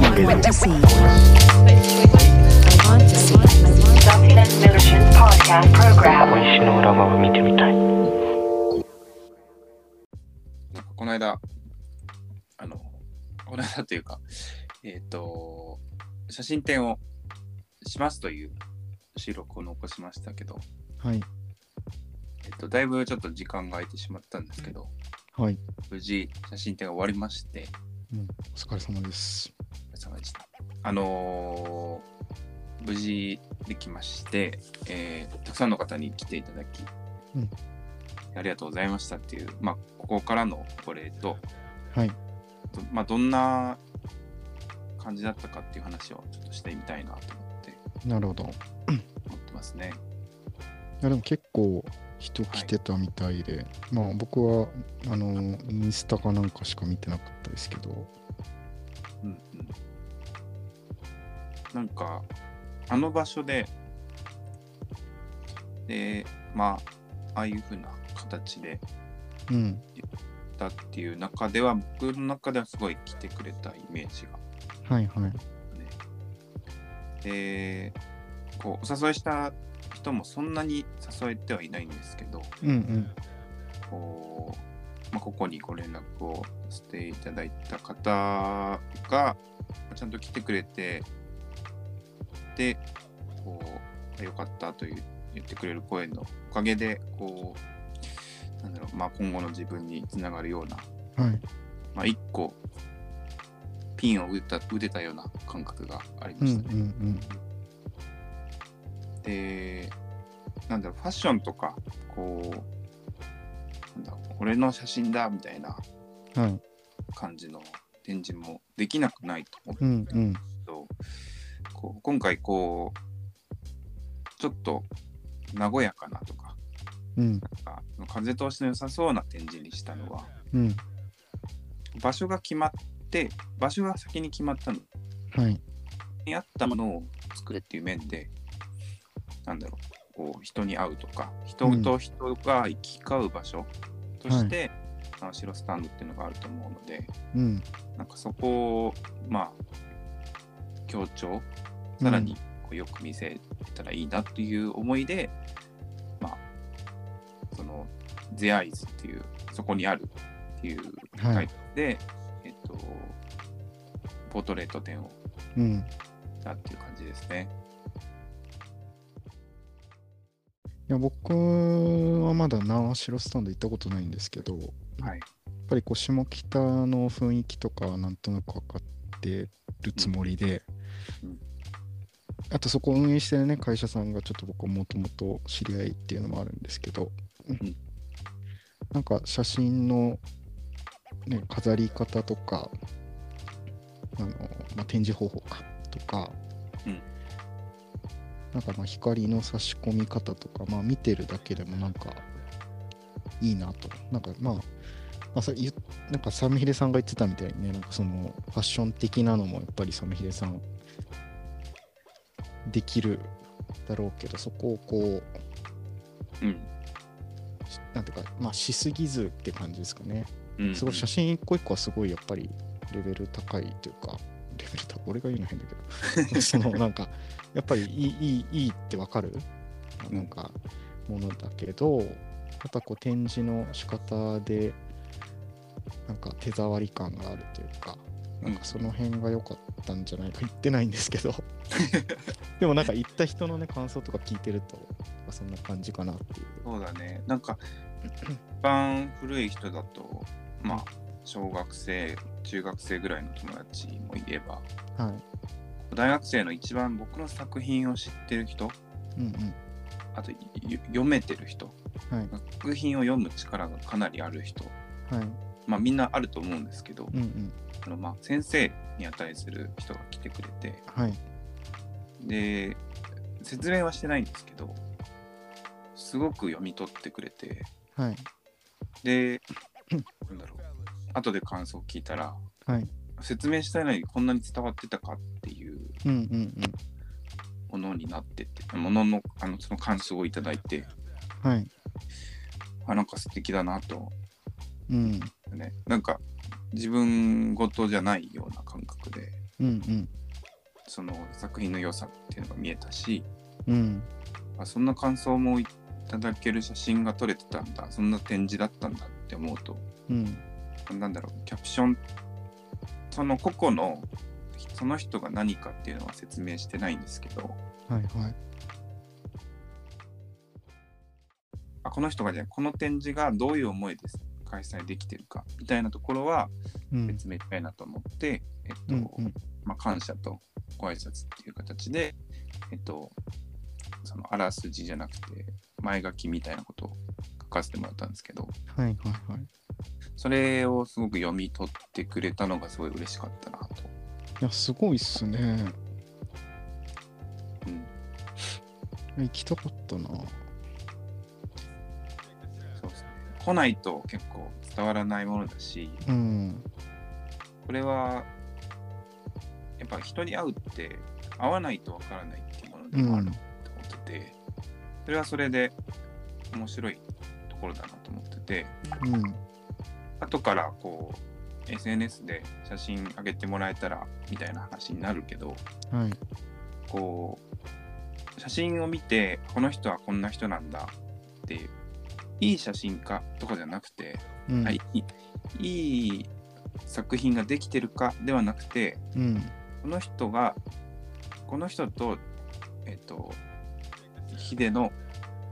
see. I want to see. I want to Document Millicent Podcast Program. 小石の裏側見てみたい。なんかこの間、あの、この間というか、えっ、と、写真展をしますという収録を残しましたけど、はい。えっ、と、だいぶちょっと時間が空いてしまったんですけど、はい。無事写真展が終わりまして、お疲れ様です。お疲れ様でした。あのー無事できまして、えーたくさんの方に来ていただき、うんありがとうございましたっていう、まあ、ここからのお礼と、はい。どまあ、どんな感じだったかっていう話をちょっとしてみたいなと思ってなるほど。い思ってますね。やでも結構人来てたみたいで、まあ僕は、あの、インスタかなんかしか見てなかったですけど、うんうん、なんかあの場所ででまあああいう風な形でうん。だっていう中では僕の中ではすごい来てくれたイメージがはいはい。ね。でこうお誘いした人もそんなに誘えてはいないんですけど、うんうん。こう、まあ、ここにご連絡をしていただいた方がちゃんと来てくれてでこうよかったという言ってくれる声のおかげでこうなんだろう、まあ、今後の自分につながるような、はい。まあ、一個ピンを打た打てたような感覚がありうまんうしんたね。でなんだろうファッションとかこうなんだろう俺の写真だみたいなうん。はい。感じの展示もできなくないと思ううんんうん。ですけど、こう今回こうちょっと和やかなとかうんあ風通しの良さそうな展示にしたのはうん。場所が決まって場所が先に決まったのはい。に合ったものを作れっていう面でなんだろうこう人に会うとか人と人が行き交う場所として、あの白スタンドっていうのがあると思うので、うん。なんかそこをまあ強調さらにこうよく見せたらいいなという思いで、まあその「ゼアイズっていうそこにあるっていうはいタイトルで、えっとポートレート展をうん。したっていう感じですね。いや僕はまだ縄城スタンド行ったことないんですけど、やっはい、ぱりこう下北の雰囲気とかはなんとなく分かってるつもりで、うんうんあとそこを運営してるね会社さんがちょっと僕もともと知り合いっていうのもあるんですけど、んなんか写真の、ね、飾り方とかあの、まあ、展示方法かとか、うんなんかまあ光の差し込み方とか、まあ、見てるだけでもなんかいいなとなんかまあまあ、それ言っなんかサムヒデさんが言ってたみたいにねなんかそのファッション的なのもやっぱりサムヒデさんできるだろうけどそこをこううんしなんていうかまあしすぎずって感じですかねうん、すごい写真一個一個はすごいやっぱりレベル高いというかレベル高い俺が言うの変だけ どそのなんかやっぱりいいいいいいってわかるうんなんかものだけどやっぱこう展示の仕方でなんか手触り感があるというかなんかその辺が良かったんじゃないか言ってないんです けどでもなんか行った人のね感想とか聞いてるとそんな感じかなっていうそうだねなんか一番古い人だとまあ小学生中学生ぐらいの友達もいればはい大学生の一番僕の作品を知ってる人うんうんあとい読めてる人はい作品を読む力がかなりある人はいまあみんなあると思うんですけど、うんうんあのまあ、先生に値する人が来てくれてはいで説明はしてないんですけどすごく読み取ってくれてはい でなんだろう後で感想を聞いたらはい説明したいのにこんなに伝わってたかっていううんうんうんものになっててもののあのその感想をいただいてはい。あなんか素敵だなとうん。ねなんか自分事じゃないような感覚でうんうん。その作品の良さっていうのが見えたしうん。あそんな感想もいただける写真が撮れてたんだそんな展示だったんだって思うとうん。なんだろうキャプションその個々のその人が何かっていうのは説明してないんですけどはいはい。あこの人がじゃないこの展示がどういう思いで開催できてるかみたいなところはうん。説明したいなと思って、えっと、うんうん。まあ、感謝とご挨拶っていう形で、えっと、そのあらすじじゃなくて前書きみたいなことを書かせてもらったんですけどはいはいはい。それをすごく読み取ってくれたのがすごい嬉しかったなと。いや、すごいっすね。うん、行きたかったな。そうですね来ないと結構伝わらないものだしうん。これはやっぱ人に会うって会わないとわからないっていうものでもあると思ってて、それはそれで面白いところだなと思ってて。うん。後からこう SNS で写真上げてもらえたらみたいな話になるけどはい。こう写真を見てこの人はこんな人なんだっていういい写真家とかじゃなくて、うん。あいいいい作品ができてるかではなくてうん。この人がこの人とえっ、とヒデの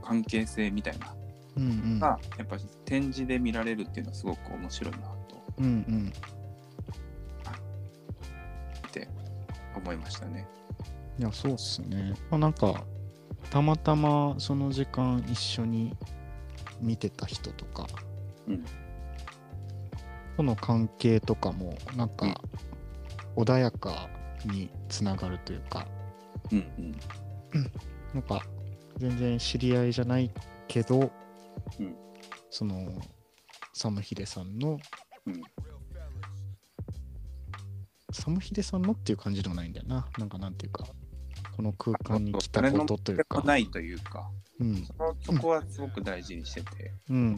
関係性みたいなうんうん。が、やっぱ展示で見られるっていうのはすごく面白いなとうんうん。思いましたね。いや、そうっすね。まあ、なんか、たまたまその時間一緒に見てた人とか、うんとの関係とかも、なんうんか、穏やかにつながるというか、うんうんなんか、全然知り合いじゃないけど、うんその、サムヒデさんの、うんサムヒデさんのっていう感じでもないんだよな。なんか、なんていうか、この空間に来たことというか。ないというか、うんそのそこはすごく大事にしてて、うん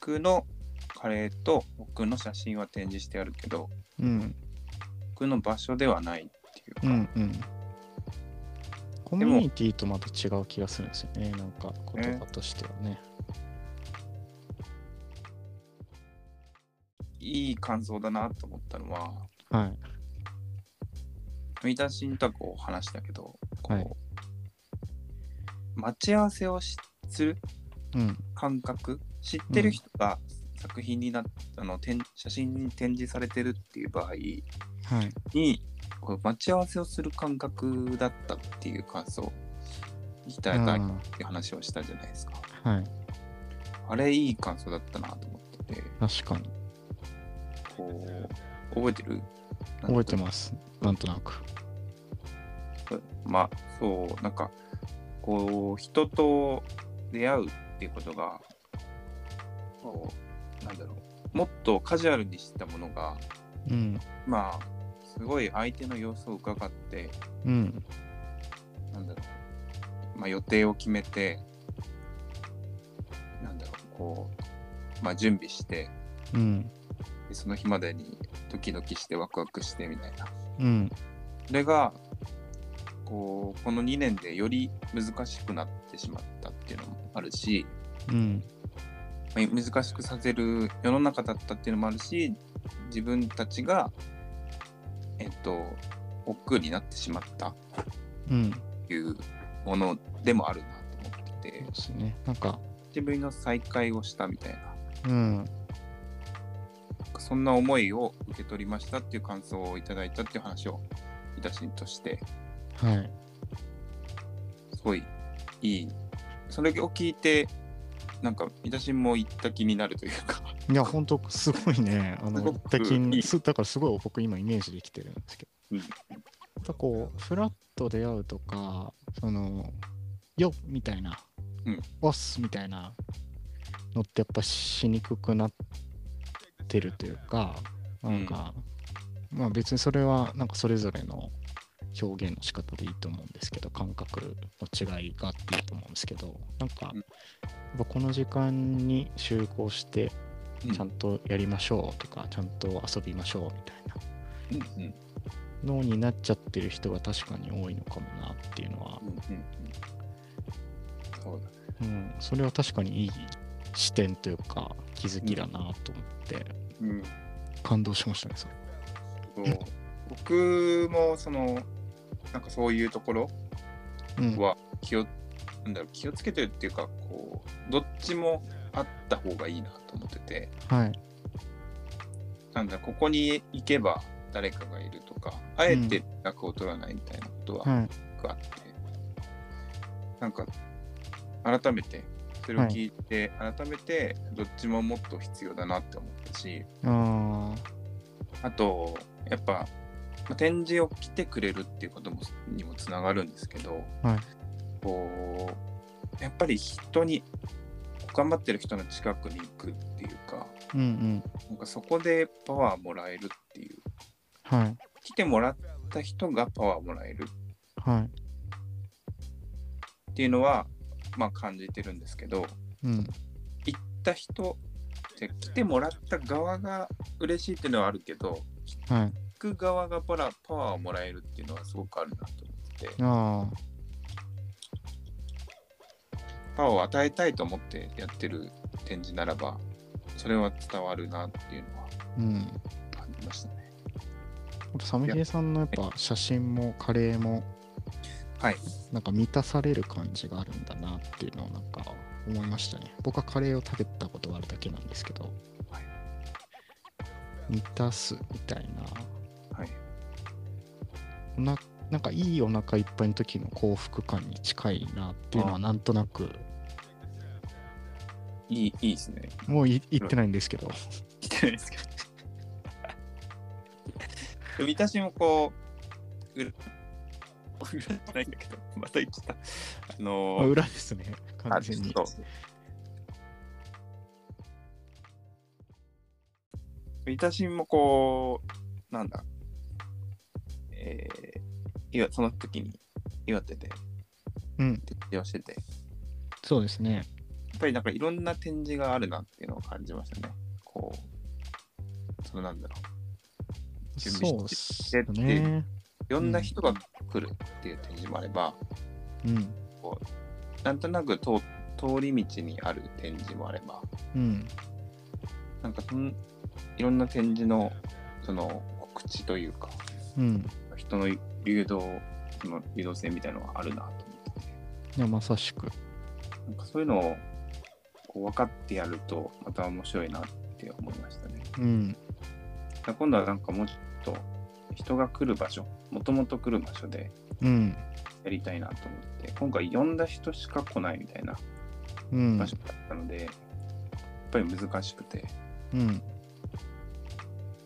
僕のカレーと僕の写真は展示してあるけど、うん僕の場所ではないっていうか、うんうんコミュニティとまた違う気がするんですよねなんか言葉としてはね、いい感想だなと思ったのは、はい三田慎太子を話したけど、こう、はい待ち合わせをしするうん感覚、知ってる人が作品になっあの展写真に展示されてるっていう場合はいに、こう待ち合わせをする感覚だったっていう感想をいただいたって話をしたじゃないですか。あーはいあれいい感想だったなと思ってて、確かにこう、覚えてる覚えてまますなんとなくす。まあ、そう、なんか、こう、人と出会うっていうことが、こう、なんだろう、もっとカジュアルにしてたものが、うんまあ、すごい相手の様子を伺って、うんなんだろう、まあ、予定を決めて、なんだろう、こう、まあ、準備して、うんでその日までにドキドキしてワクワクしてみたいな。うんそれがこうこの2年でより難しくなってしまったっていうのもあるしうんまあ難しくさせる世の中だったっていうのもあるし自分たちがえっと億劫になってしまったっうんていうものでもあるなと思ってそうてですねなんか自分の再会をしたみたいなうんそんな思いを受け取りましたっていう感想をいただいたっていう話をいたしとしてはいすごいいい。それを聞いて、なんか、私も行った気になるというか、いや本当すごいねあすごのく的いにいすだからすごい僕今イメージできてるんですけうどんまたこうフラッと出会うとかその「よっ!」みたいなうん「おっす!」みたいなのってやっぱしにくくなってるというかなんか、まあ別にそれはなんかそれぞれの表現の仕方でいいと思うんですけど感覚の違いがあっていいと思うんですけどなんかうんやっぱこの時間に集合してうんちゃんとやりましょうとか、ちゃんと遊びましょうみたいなうんうん脳になっちゃってる人が確かに多いのかもなっていうのはう、んうんうんそうだねうん、それは確かにいい視点というか気づきだなと思ってうん感動しましたねそれそう僕もそのなんかそういうところうんは気をなんだろう気をつけてるっていうかこうどっちもあった方がいいなと思っててはいなんだここに行けば誰かがいるとかあえて連絡を取らないみたいなことははいよくあって、なんか改めてそれを聞いて、改めてどっちももっと必要だなって思ったしああとやっぱまあ展示を来てくれるっていうこともにもつながるんですけど、はいこうやっぱり人に頑張ってる人の近くに行くっていうかーうんうんなんかそこでパワーもらえるっていうはい来てもらった人がパワーもらえるはいっていうのは、まあ、感じてるんですけどうん行った人で来てもらった側が嬉しいっていうのはあるけどはい聞く側がパラパワーをもらえるっていうのはすごくあるなと思っててあパワーを与えたいと思ってやってる展示ならばそれは伝わるなっていうのはあうんや感じましたね。っぱサムヒデさんのやっぱ写真もカレーもはいなんか満たされる感じがあるんだなっていうのをなんか思いましたね僕はカレーを食べたことがあるだけなんですけど、はい満たすみたいなはいおななんかいいお腹いっぱいの時の幸福感に近いなっていうのあはなんとなくいいいいですね。もうい言ってないんですけど、来てない ですけど。で見たしもこう、うら、うらじゃないんだけど、また言っちゃった。あのまあー、裏ですね完全にあそう見たしもこう、なんだ、えー、いわその時に岩手でうん徹底をしてて、やそうですねっぱりなんかいろんな展示があるなっていうのを感じましたね。こう、そのなんだろう。準備してそうっすよねいろんな人が来るっていう展示もあれば、うんなんとなく通通り道にある展示もあれば、うんなんかそのいろんな展示のその告知というか、うん人の流動、その流動性みたいなのがあるなと思ってて、いやまさしくなんかそういうのをこう分かってやると、また面白いなって思いましたね。うんだから今度はなんかもっと人が来る場所、もともと来る場所でうんやりたいなと思って、今回呼んだ人しか来ないみたいなうん場所だったので、やっぱり難しくて。うん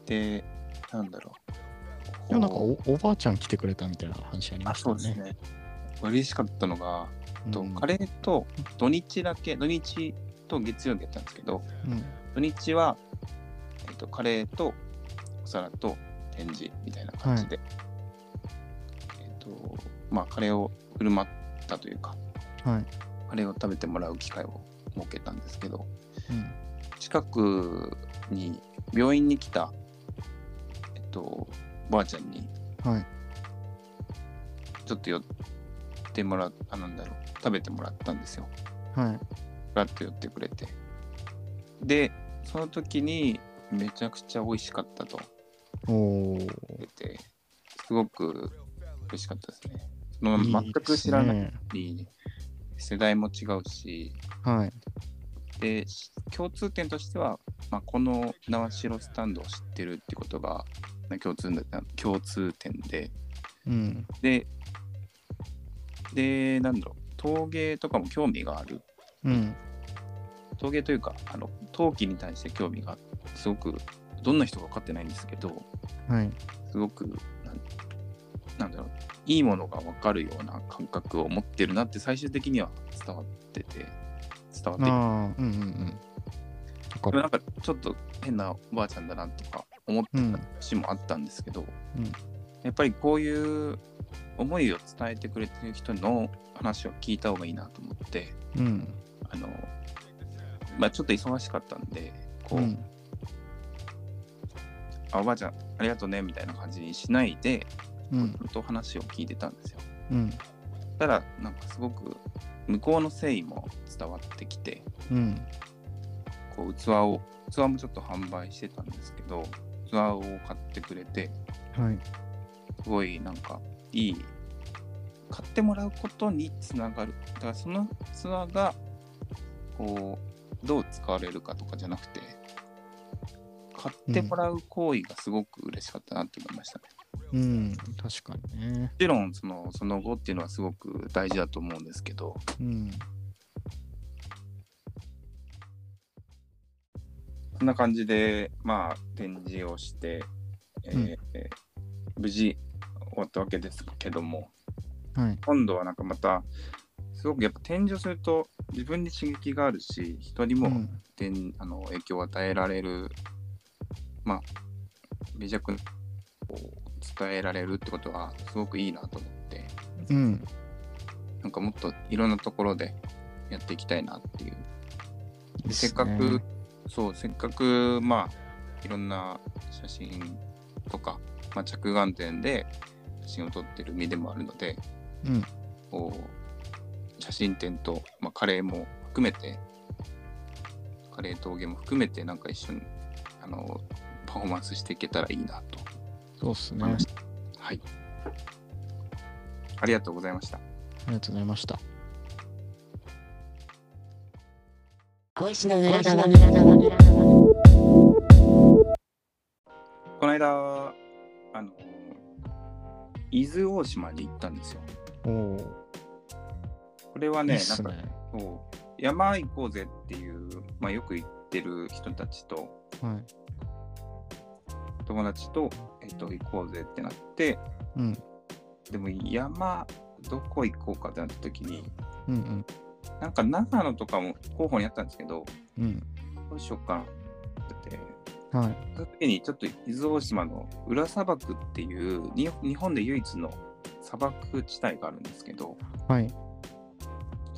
で、なんだろう。でもなんかこおおばあちゃん来てくれたみたいな話ありうあ、ましたそうでよねすね。嬉しかったのが、とうんカレーと土日だけ、土日と月曜日やったんですけど、うん土日は、えっとカレーとお皿と展示みたいな感じで、えっと、まあ、カレーを振る舞ったというか、はいカレーを食べてもらう機会を設けたんですけど、うん近くに病院に来た、えっと、おばあちゃんにはいちょっと寄ってもらあなんだろう食べてもらったんですよはいラッと寄ってくれてでその時にめちゃくちゃ美味しかったとおお言っててすごく美味しかったですねその全く知らないいですね世代も違うしはいでし共通点としては、まあ、この縄代スタンドを知ってるってことがまあ共通点共通点でうんででなんだろう陶芸とかも興味があるうん陶芸というかあの陶器に対して興味がすごくどんな人か分かってないんですけどはいすごくなんなんだろういいものが分かるような感覚を持ってるなって最終的には伝わってて伝わっててああうんうんうんだかでもならんかちょっと変なおばあちゃんだなとか思ってうんた節もあったんですけど、うんやっぱりこういう思いを伝えてくれてる人の話を聞いた方がいいなと思ってうんあの、まあ、ちょっと忙しかったんでこう、うんあおばあちゃんありがとうねみたいな感じにしないで、うん本当話を聞いてたんですよ。うんただなんかすごく向こうの誠意も伝わってきてうんこう器を器もちょっと販売してたんですけど器を買ってくれてはいすごいなんかいい買ってもらうことにつながるだからその器がこうどう使われるかとかじゃなくて買ってもらう行為がすごく嬉しかったなって思いましたね、うん確かにねもちろんそのその後っていうのはすごく大事だと思うんですけどうんこんな感じで、まあ、展示をして、えーうんえー無事終わったわけですけども、はい今度はなんかまた、すごくやっぱ展示をすると自分に刺激があるし、人にうもんてん、あの影響を与えられる、まあ、微弱なこう伝えられるってことは、すごくいいなと思って、うんなんかもっといろんなところでやっていきたいなっていういいっすせねっかく、そう、せっかく、まあ、いろんな写真とか、まあ、着眼点で写真を撮ってる身でもあるので、うんこう写真展と、まあ、カレーも含めて、カレー陶芸も含めて、なんか一緒に、あの、パフォーマンスしていけたらいいなとそうっすね思いあました。はい。ありがとうございました。りがとうございました小石の裏側。この間、あの、伊豆大島に行ったんですよ。おおこれはいいね、っすなんかねそう山行こうぜっていう、まあ、よく行ってる人たちとはい友達と、えっと、行こうぜってなってうんでも山どこ行こうかってなった時にうんうんなんか長野とかも候補にあったんですけどうんどうしようかなって言ってはいその時にちょっと伊豆大島の裏砂漠っていうに日本で唯一の砂漠地帯があるんですけどはい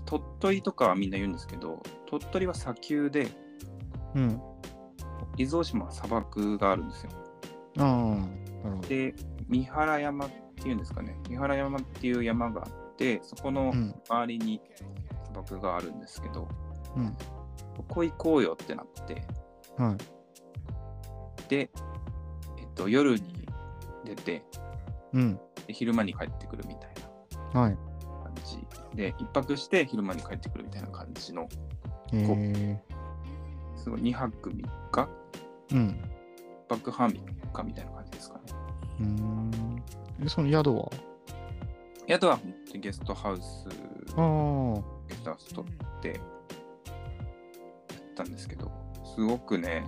鳥取とかはみんな言うんですけど鳥取は砂丘でうん伊豆大島は砂漠があるんですよ。ああなるほどで三原山っていうんですかね三原山っていう山があってそこのうん周りに砂漠があるんですけど、うんここ行こうよってなってはいで、えっと、夜に出てうんで昼間に帰ってくるみたいはいな感じで一泊して昼間に帰ってくるみたいな感じのえー、すごい2泊3日うん一泊半3日みたいな感じですかねうーんえその宿は宿は本当にゲストハウスああゲストハウス取ってやったんですけど、すごくね、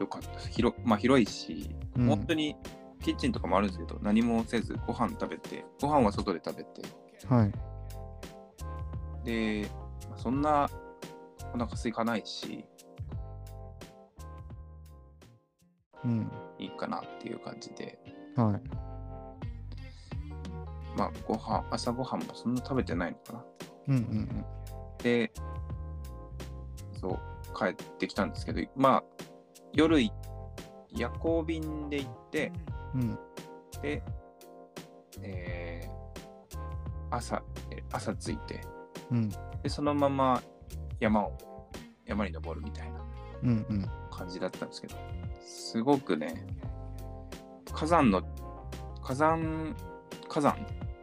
よかったです。広,、まあ、広いし、うん本当にキッチンとかもあるんですけど、何もせずご飯食べて、ご飯は外で食べて、はいで、まあそんなお腹空かないし、うんいいかなっていう感じで、はいまあ、ご飯、朝ご飯もそんな食べてないのかな。うんうんで、そう、帰ってきたんですけど、まあ、夜い、夜行便で行って、うんうんで、えー朝、え朝着いて、うんで、そのまま山を、山に登るみたいなうんうん感じだったんですけど、すごくね、火山の、火山、火山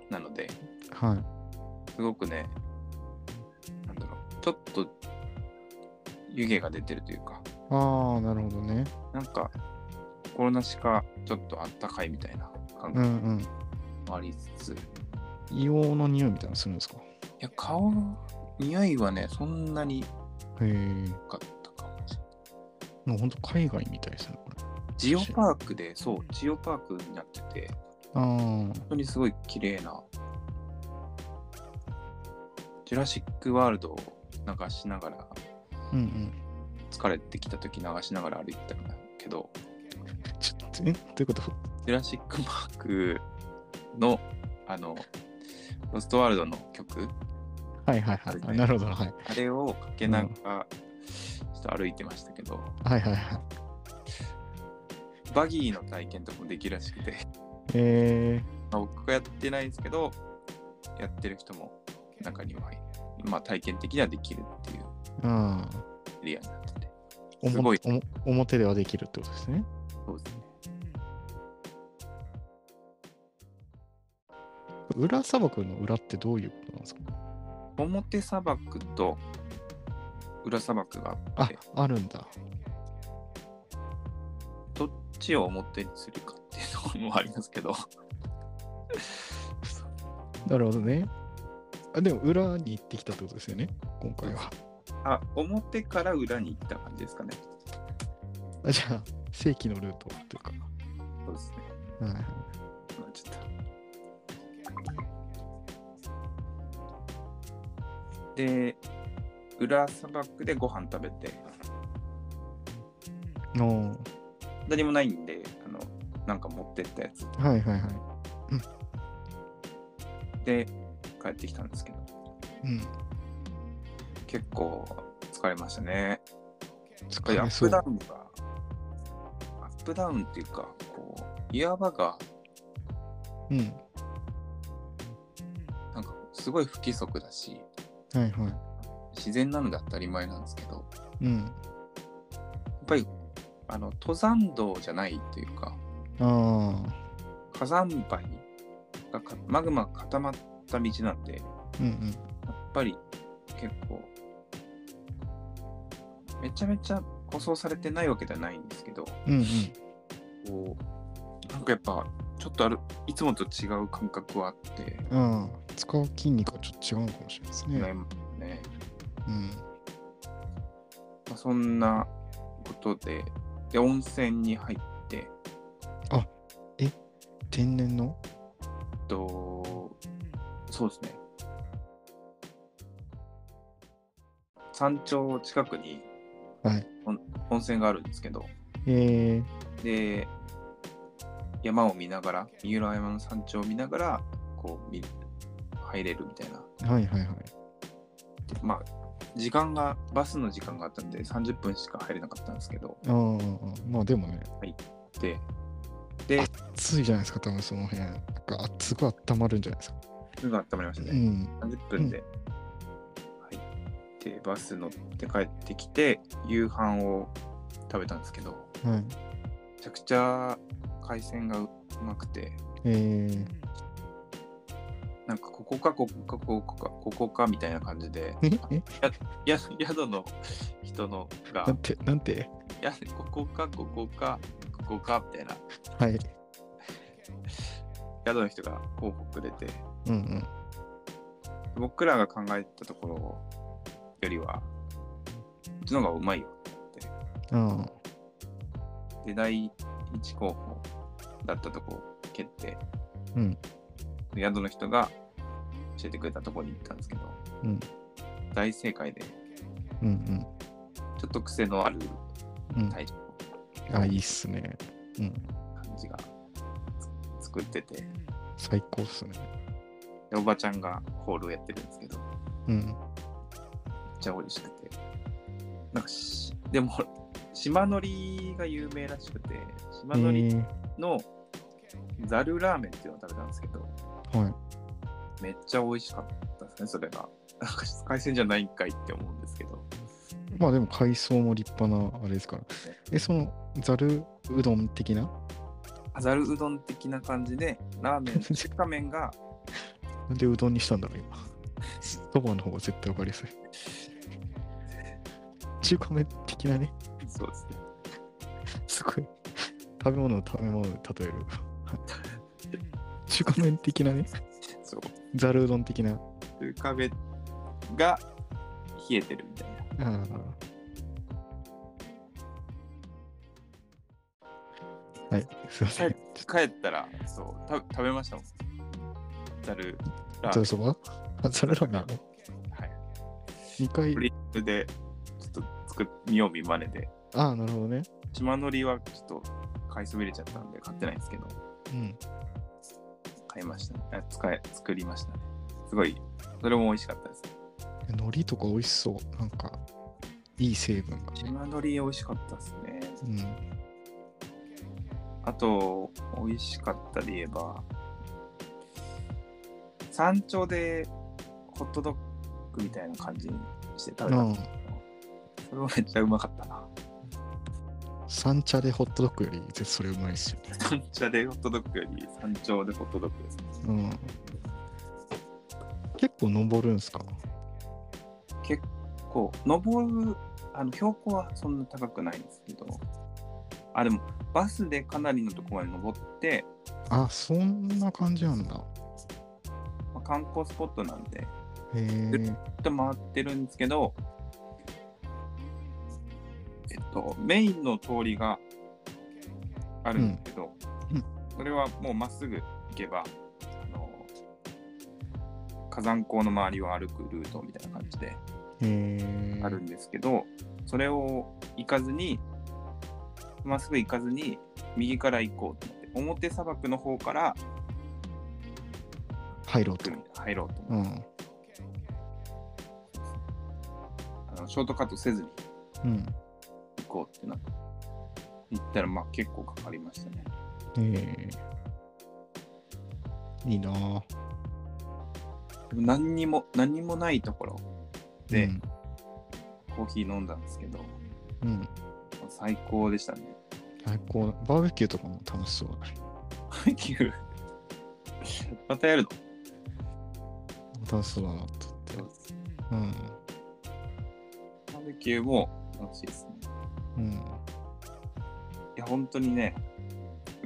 なので、はいすごくね、なんだろう、ちょっと湯気が出てるというか、ああなるほどねなんか、心なしかちょっとあったかいみたいな感うん覚うんもありつつ、い硫黄の匂いみたいなのするんですかや、顔の匂いはね、そんなにへえ良かったかもしれない。もうほんと海外みたいですねこれジオパークで、そう、ジオパークになってて、あ本当にすごい綺麗な、ジュラシックワールドを流しながら、あうんうん疲れてきた時流しながら歩いてたんだけど、ちょっとえどういうことジュラシック・パークの、あの、ロストワールドの曲、はいはいはい、あなるほどはいあれをかけながら、ちょっと歩いてましたけど、はいはいはいバギーの体験とかもできるらしくて、 えまあ、僕がやってないですけど、やってる人も中には入る、まあ、体験的にはできるっていうー、ああ。エリアになってて。おもすごいおも表ではできるってことですね。そうですね。裏砂漠の裏ってどういうことなんですか表砂漠と裏砂漠があっあて、、あるんだ。どっちを表にするかっていうところもありますけど、なるほどね。あでも裏に行ってきたってことですよね、今回は。あ、表から裏に行った感じですかね。あじゃあ、正規のルートというか。そうですね。はいはいまあちょっと。で、裏砂漠でご飯食べて、おー何もないんで、あの、なんか持ってったやつはいはいはい。で帰ってきたんですけど、うん。結構疲れましたね。疲やっぱりアれッそプうダ。ウンが、アップダウンっていうか、こう、岩場が、うん。はなんかすごい不規則だし、いは自然なので当たり前なんですけど、やっい。うん。ぱり、あの、登山道じゃないというか、あ火山灰がかマグマが固まった道なんで、やあ。うんうん。っぱり結構、めちゃめちゃ舗装されてないわけではないんですけど、うんうん。こう、なんかやっぱ、ちょっとある、いつもと違う感覚はあって、ああ。使う筋肉はちょっと違うのかもしれないです悩ね。むね。うん。まあ、そんなことで、で、温泉に入って、天然のえっと、そうですね。山頂近くにはい。温泉があるんですけど、えで、山を見ながら、三浦山の山頂を見ながら、こう、見入れるみたいな。ー、はいはいはい。でまあ、時間が、バスの時間があったんで、30分しか入れなかったんですけど、ああ。まあでもね、で、暑いじゃないですか、多分その辺。なんかすごい温まるんじゃないですか。すぐ温まりましたねう。ん。 30分で入って、バス乗って帰ってきて、夕飯を食べたんですけど、はい。めちゃくちゃ海鮮がうまくて、えー、なんかここかここかここかここかみたいな感じで、ええや 宿の人のがなん、て、なんて、やここかここかここかみたいな、はい。宿の人が広告くれて、うんうん。僕らが考えたところよりは、こっちの方がうまいよ。あで、第一候補だったとこ決定。うん宿の人が教えてくれたとこに行ったんですけど、うん大正解で、あ、うんちょっと癖のあるうん。うん。体調あ、いいっすね。うん。感じがつ作ってて最高っすね。でおばちゃんがホールをやってるんですけどめっうん。ちゃ美味しくてなんかしでも島のりが有名らしくて島のりえのザルラーメンっていうのを食べたんですけどー、はい。めっちゃ美味しかったですねそれがなんか海鮮じゃないんかいって思うんですけどまあでも海藻も立派なあれですから。え、そのざるうどん的なあザルうどん的な感じでラーメン 中華麺がなんでうどんにしたんだろう今。そばの方が絶対わかりやすい。中華麺的なね。そうですねすごい。食べ物を食べ物で例える。中華麺的なね。そうざるうどん的な。中華麺が冷えてるみたいなああ。はい、すいません。帰ったら、そう、た食べましたもん。ザルラざーメるそばあ、ざるラーメンね。ン。はい。 2回フ。リップで、ちょっと作っ、見よう見まねで。ああ、なるほどね。島のりはちょっと買いそびれちゃったんで買ってないんですけど、うん。買いました、ね。あ使え、作りましたね。すごい、それも美味しかったです。海苔とか美味しそう。なんか、いい成分がね。島のり美味しかったですね。うん。あと、美味しかったで言えば、山頂でホットドッグみたいな感じにして食べたんですけど、それもめっちゃうまかったな。三茶でホットドッグより絶対それうまいですよね。山頂でホットドッグより山頂でホットドッグですね。うん。結構登るんすか結構、登る、あの標高はそんな高くないんですけど、あ、でも、バスでかなりのとこまで登って、あ、そんな感じなんだ。まあ、観光スポットなんで、へえ。ずっと回ってるんですけど、えっと、メインの通りがあるんですけど、うんうんそれはもうまっすぐ行けば、あの火山口の周りを歩くルートみたいな感じでへえ。あるんですけど、それを行かずに、まっすぐ行かずに、右から行こうと思って、表砂漠の方から入ろうと。入ろうと思ってうん。あのショートカットせずにうん。行こうってなって行ったらまあ結構かかりましたねええいいなぁ。でも何にも何にもないところでうんコーヒー飲んだんですけど、うん、最高でしたね最高。バーベキューとかも楽しそうだね。バーベキューまたやるの楽しそうだなと思って。うん。バーベキューも楽しいですねうん。いや本当にね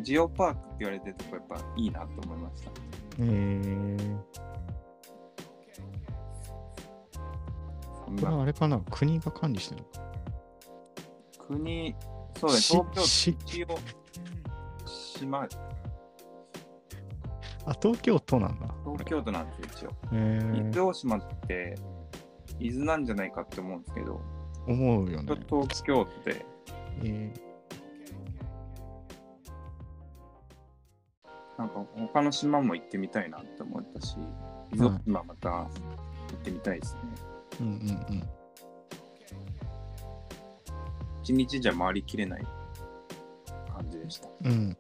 ジオパークって言われてるとこやっぱいいなと思いましたええそんこれなはあれかな国が管理してるの国そうだねし東京し都一応島あ、東京都なんだ。東京都なんですよえ一応伊ー、豆大島って伊豆なんじゃないかって思うんですけど思うよちょねっ。と東京ってえなんか他の島も行ってみたいなって思ったし、伊豆大島また行ってみたいですね。ー、うんうんうん。一日じゃ回りきれない感じでした。うん。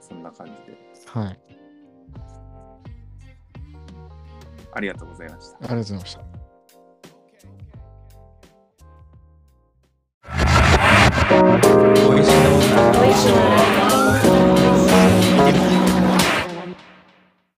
そんな感じで。はい。ありがとうございましたありがとうございました。